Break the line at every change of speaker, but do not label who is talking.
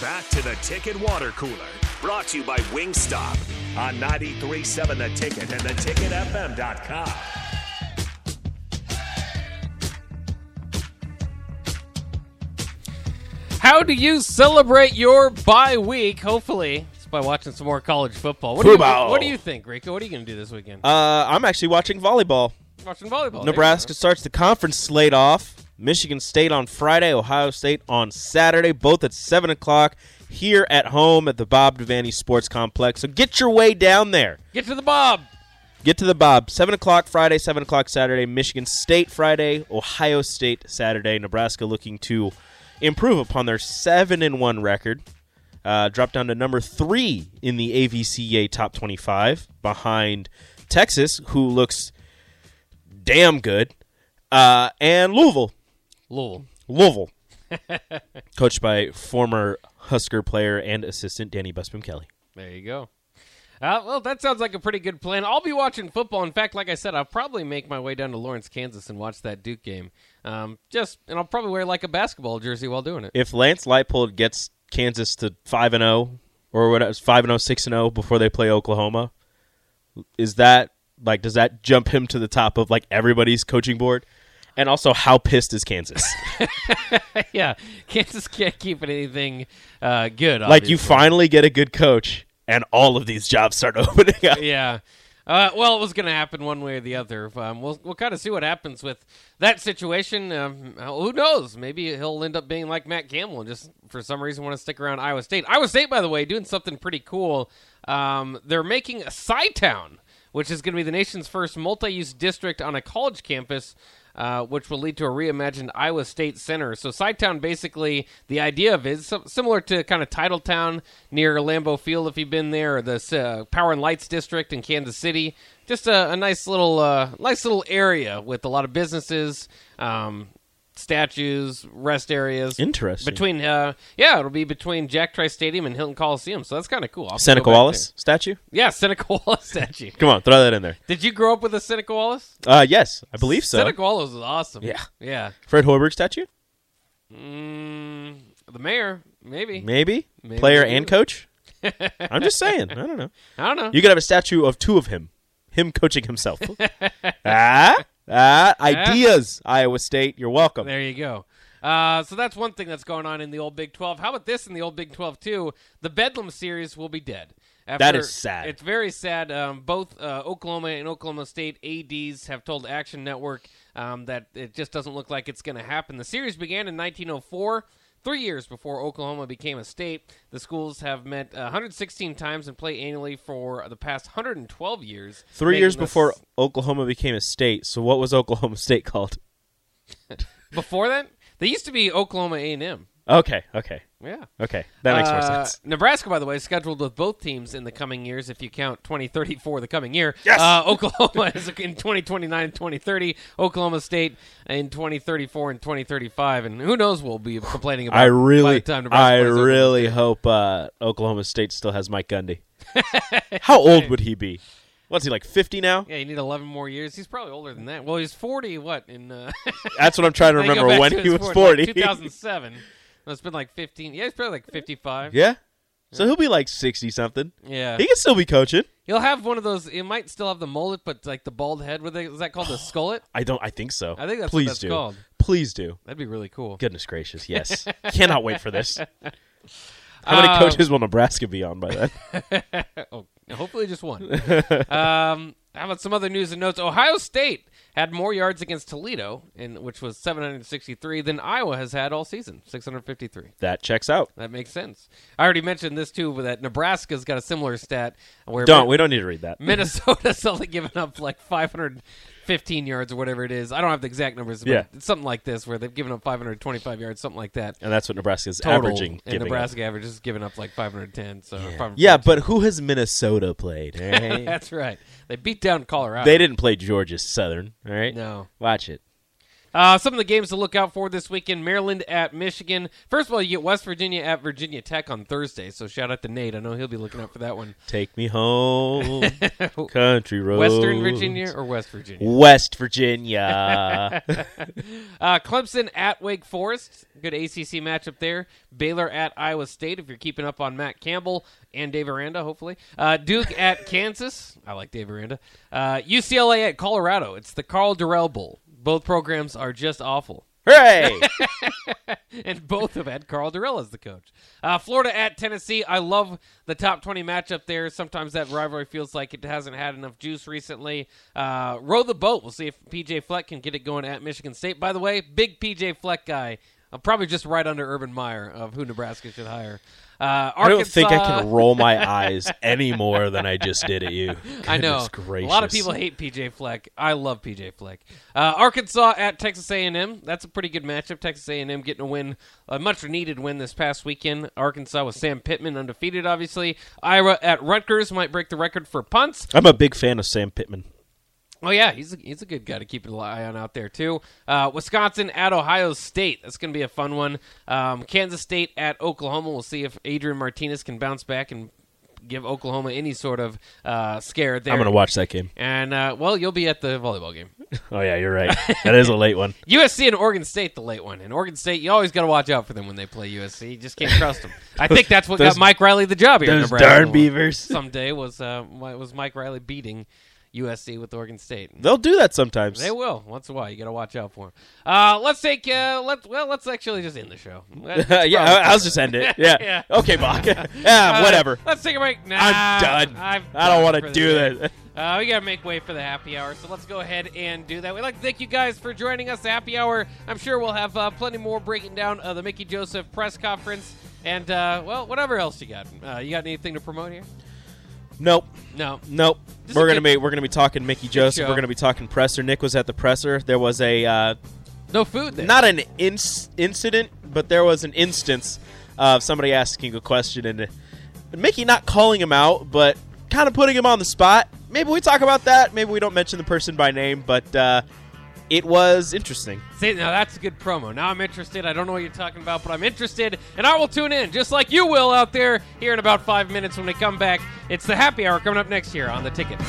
Back to the Ticket Water Cooler, brought to you by Wingstop on 93.7 The Ticket and theticketfm.com.
How do you celebrate your bye week? Hopefully, it's by watching some more college football. What, Do, you,
Football.
what do you think, Rico? What are you going to do this weekend?
Uh, I'm actually watching volleyball.
Watching volleyball.
Nebraska starts the conference slate off. Michigan State on Friday, Ohio State on Saturday, both at 7 o'clock here at home at the Bob Devaney Sports Complex. So get your way down there.
There you go. Get to the Bob.
Get to the Bob. 7 o'clock Friday, 7 o'clock Saturday. Michigan State Friday, Ohio State Saturday. Nebraska looking to improve upon their 7 and 1 record. Uh, drop down to number three in the AVCA top 25 behind Texas, who looks damn good, uh, and Louisville.
Louisville.
Louisville, coached by former Husker player and assistant Danny Busboom Kelly.
There you go. Uh, well, that sounds like a pretty good plan. I'll be watching football. In fact, like I said, I'll probably make my way down to Lawrence, Kansas, and watch that Duke game. Um, just and I'll probably wear like a basketball jersey while doing it.
If Lance Leipold gets Kansas to five and zero, or what it was five and 6 and zero before they play Oklahoma, is that like does that jump him to the top of like everybody's coaching board? And also, how pissed is Kansas?
yeah, Kansas can't keep anything uh, good.
like
obviously.
you finally get a good coach, and all of these jobs start opening up.
yeah. Uh, well, it was going to happen one way or the other. Um, we'll we'll kind of see what happens with that situation. Um, who knows? Maybe he'll end up being like Matt Campbell and just for some reason want to stick around Iowa State. Iowa State, by the way, doing something pretty cool. Um, they're making a side town, which is going to be the nation's first multi-use district on a college campus uh, which will lead to a reimagined Iowa State Center. So, Sidetown basically, the idea of it is sim- similar to kind of Titletown near Lambeau Field, if you've been there, or the uh, Power and Lights District in Kansas City. Just a, a nice little, uh, nice little area with a lot of businesses, um, statues, rest areas.
Interesting.
Between, uh, yeah, it'll be between Jack Trice Stadium and Hilton Coliseum, so that's kind of cool. I'll have to go
Seneca
back
Wallace statue.
there. yeah, Seneca Wallace statue.
Come on, throw that in there.
Did you grow up with a Seneca Wallace?
Uh, yes, I believe so.
Seneca Wallace is awesome.
Yeah.
yeah.
Fred Hoiberg statue,
Mm, the mayor, maybe.
maybe,
Maybe
player
they
and
do.
coach. I'm just saying. I don't know.
I don't know.
You could have a statue of two of him, him coaching himself. ah, ah, ideas. Iowa State, you're welcome.
there you go. Uh, so that's one thing that's going on in the old Big 12. How about this in the old Big 12 too? The Bedlam series will be dead. After,
That is sad.
It's very sad. Um, both uh, Oklahoma and Oklahoma State ads have told Action Network um, that it just doesn't look like it's going to happen. The series began in 1904. Three years before Oklahoma became a state, the schools have met uh, 116 times and play annually for the past 112 years.
Three
making
years
this-
before Oklahoma became a state. So what was Oklahoma State called?
Before that, they used to be Oklahoma A and M.
Okay, okay,
Yeah,
okay. That makes more
Uh,
sense.
Nebraska, by the way, is scheduled with both teams in the coming years. If you count 2034, the coming year. Yes. Uh, Oklahoma is in 2029 and 2030. Oklahoma State in 2034 and 2035. And who knows? We'll be complaining about.
I
by
really,
the time Nebraska
I
plays Oklahoma
really hope uh, Oklahoma State still has Mike Gundy. How old would he be? What's he like? Fifty now?
Yeah, you need 11 more years. He's probably older than that. Well, he's 40. What in? Uh,
That's what I'm trying to
they go
remember.
back
When
to
he
his 40,
was forty.
like 2007. Well, it's been like 15. Yeah, he's probably like 55.
yeah. So he'll be like sixty something.
Yeah.
He can still be coaching.
He'll have one of those. It might still have the mullet, but like the bald head. What they, is that called? The skullet?
I don't. I think so.
I think that's what
Please
that's
do.
called.
Please do.
That'd be really cool.
Goodness gracious, yes. Cannot wait for this. How many
Um,
coaches will Nebraska be on by then?
oh, hopefully just one. um, how about some other news and notes? Ohio State had more yards against Toledo, in, which was 763, than Iowa has had all season, 653.
that checks out.
That makes sense. I already mentioned this too, but that Nebraska's got a similar stat where
Don't we don't need to read that.
Minnesota's only given up like 515 yards or whatever it is. I don't have the exact numbers, but
Yeah.
it's something like this where they've given up 525 yards, something like that.
And that's what Nebraska's
Total,
averaging.
and
giving up.
Nebraska average is giving up like 510. So yeah,
Yeah, but who has Minnesota played? eh?
That's right. They beat down Colorado.
they didn't play Georgia Southern, all right?
No.
Watch it.
Uh, some of the games to look out for this weekend Maryland at Michigan. First of all, you get West Virginia at Virginia Tech on Thursday. So shout out to Nate. I know he'll be looking out for that one.
Take me home, country road.
Western Virginia or West Virginia?
West Virginia.
Uh, Clemson at Wake Forest. Good ACC matchup there. Baylor at Iowa State if you're keeping up on Matt Campbell and Dave Aranda, hopefully. Uh, Duke at Kansas. I like Dave Aranda. Uh, UCLA at Colorado. It's the Carl Durrell Bowl. Both programs are just awful.
Hooray!
and both have had Carl Durrell as the coach. Uh, Florida at Tennessee. I love the top 20 matchup there. Sometimes that rivalry feels like it hasn't had enough juice recently. Uh, row the boat. We'll see if PJ Fleck can get it going at Michigan State. By the way, big PJ Fleck guy. I'm probably just right under Urban Meyer of who Nebraska should hire. Uh,
I don't think I can roll my eyes any more than I just did at you.
I know.
Goodness Gracious.
A lot of people hate PJ Fleck. I love PJ Fleck. Uh, Arkansas at Texas A&M. That's a pretty good matchup. Texas A&M getting a win, a much needed win this past weekend. Arkansas with Sam Pittman undefeated, obviously. Iowa at Rutgers might break the record for punts.
I'm a big fan of Sam Pittman.
Oh yeah, he's a, he's a good guy to keep an eye on out there too. Uh, Wisconsin at Ohio State. That's going to be a fun one. Um, Kansas State at Oklahoma. We'll see if Adrian Martinez can bounce back and give Oklahoma any sort of uh, scare there.
I'm going to watch that game.
And uh, well, you'll be at the volleyball game.
Oh yeah, you're right. That is a late one.
USC and Oregon State, the late one. And Oregon State, you always got to watch out for them when they play USC. You just can't trust them. I think that's what
Those-
got Mike Riley the job here. in
Those
Nebraska
darn beavers.
Someday was uh, was Mike Riley beating USC with Oregon State.
They'll do that sometimes.
They will once in a while. You got to watch out for them. Uh, let's take. Uh, let well, let's actually just end the show. That's probably
yeah, I, I'll
better.
just end it. Yeah.
Yeah.
Okay, Bach. yeah,
Uh,
whatever.
Let's take a break. Nah,
I'm done.
I'm
I do not
done
want
for
to
the
do
day.
that.
Uh, we gotta make way for the happy hour, so let's go ahead and do that. We'd like to thank you guys for joining us. The happy hour. I'm sure we'll have uh, plenty more breaking down of the Mickey Joseph press conference and uh, well, whatever else you got. Uh, you got anything to promote here?
Nope.
No.
Nope.
This is
we're
a
gonna
good-
be we're gonna be talking Mickey Joseph.
show.
We're gonna be talking presser. Nick was at the presser. There was a uh,
No food. There.
not an inc- incident, but there was an instance of somebody asking a question and uh, Mickey not calling him out, but kind of putting him on the spot. Maybe we talk about that. Maybe we don't mention the person by name, but uh, it was interesting.
See, now that's a good promo. Now I'm interested. I don't know what you're talking about, but I'm interested, and I will tune in just like you will out there here in about five minutes when we come back. It's the happy hour coming up next year on the ticket.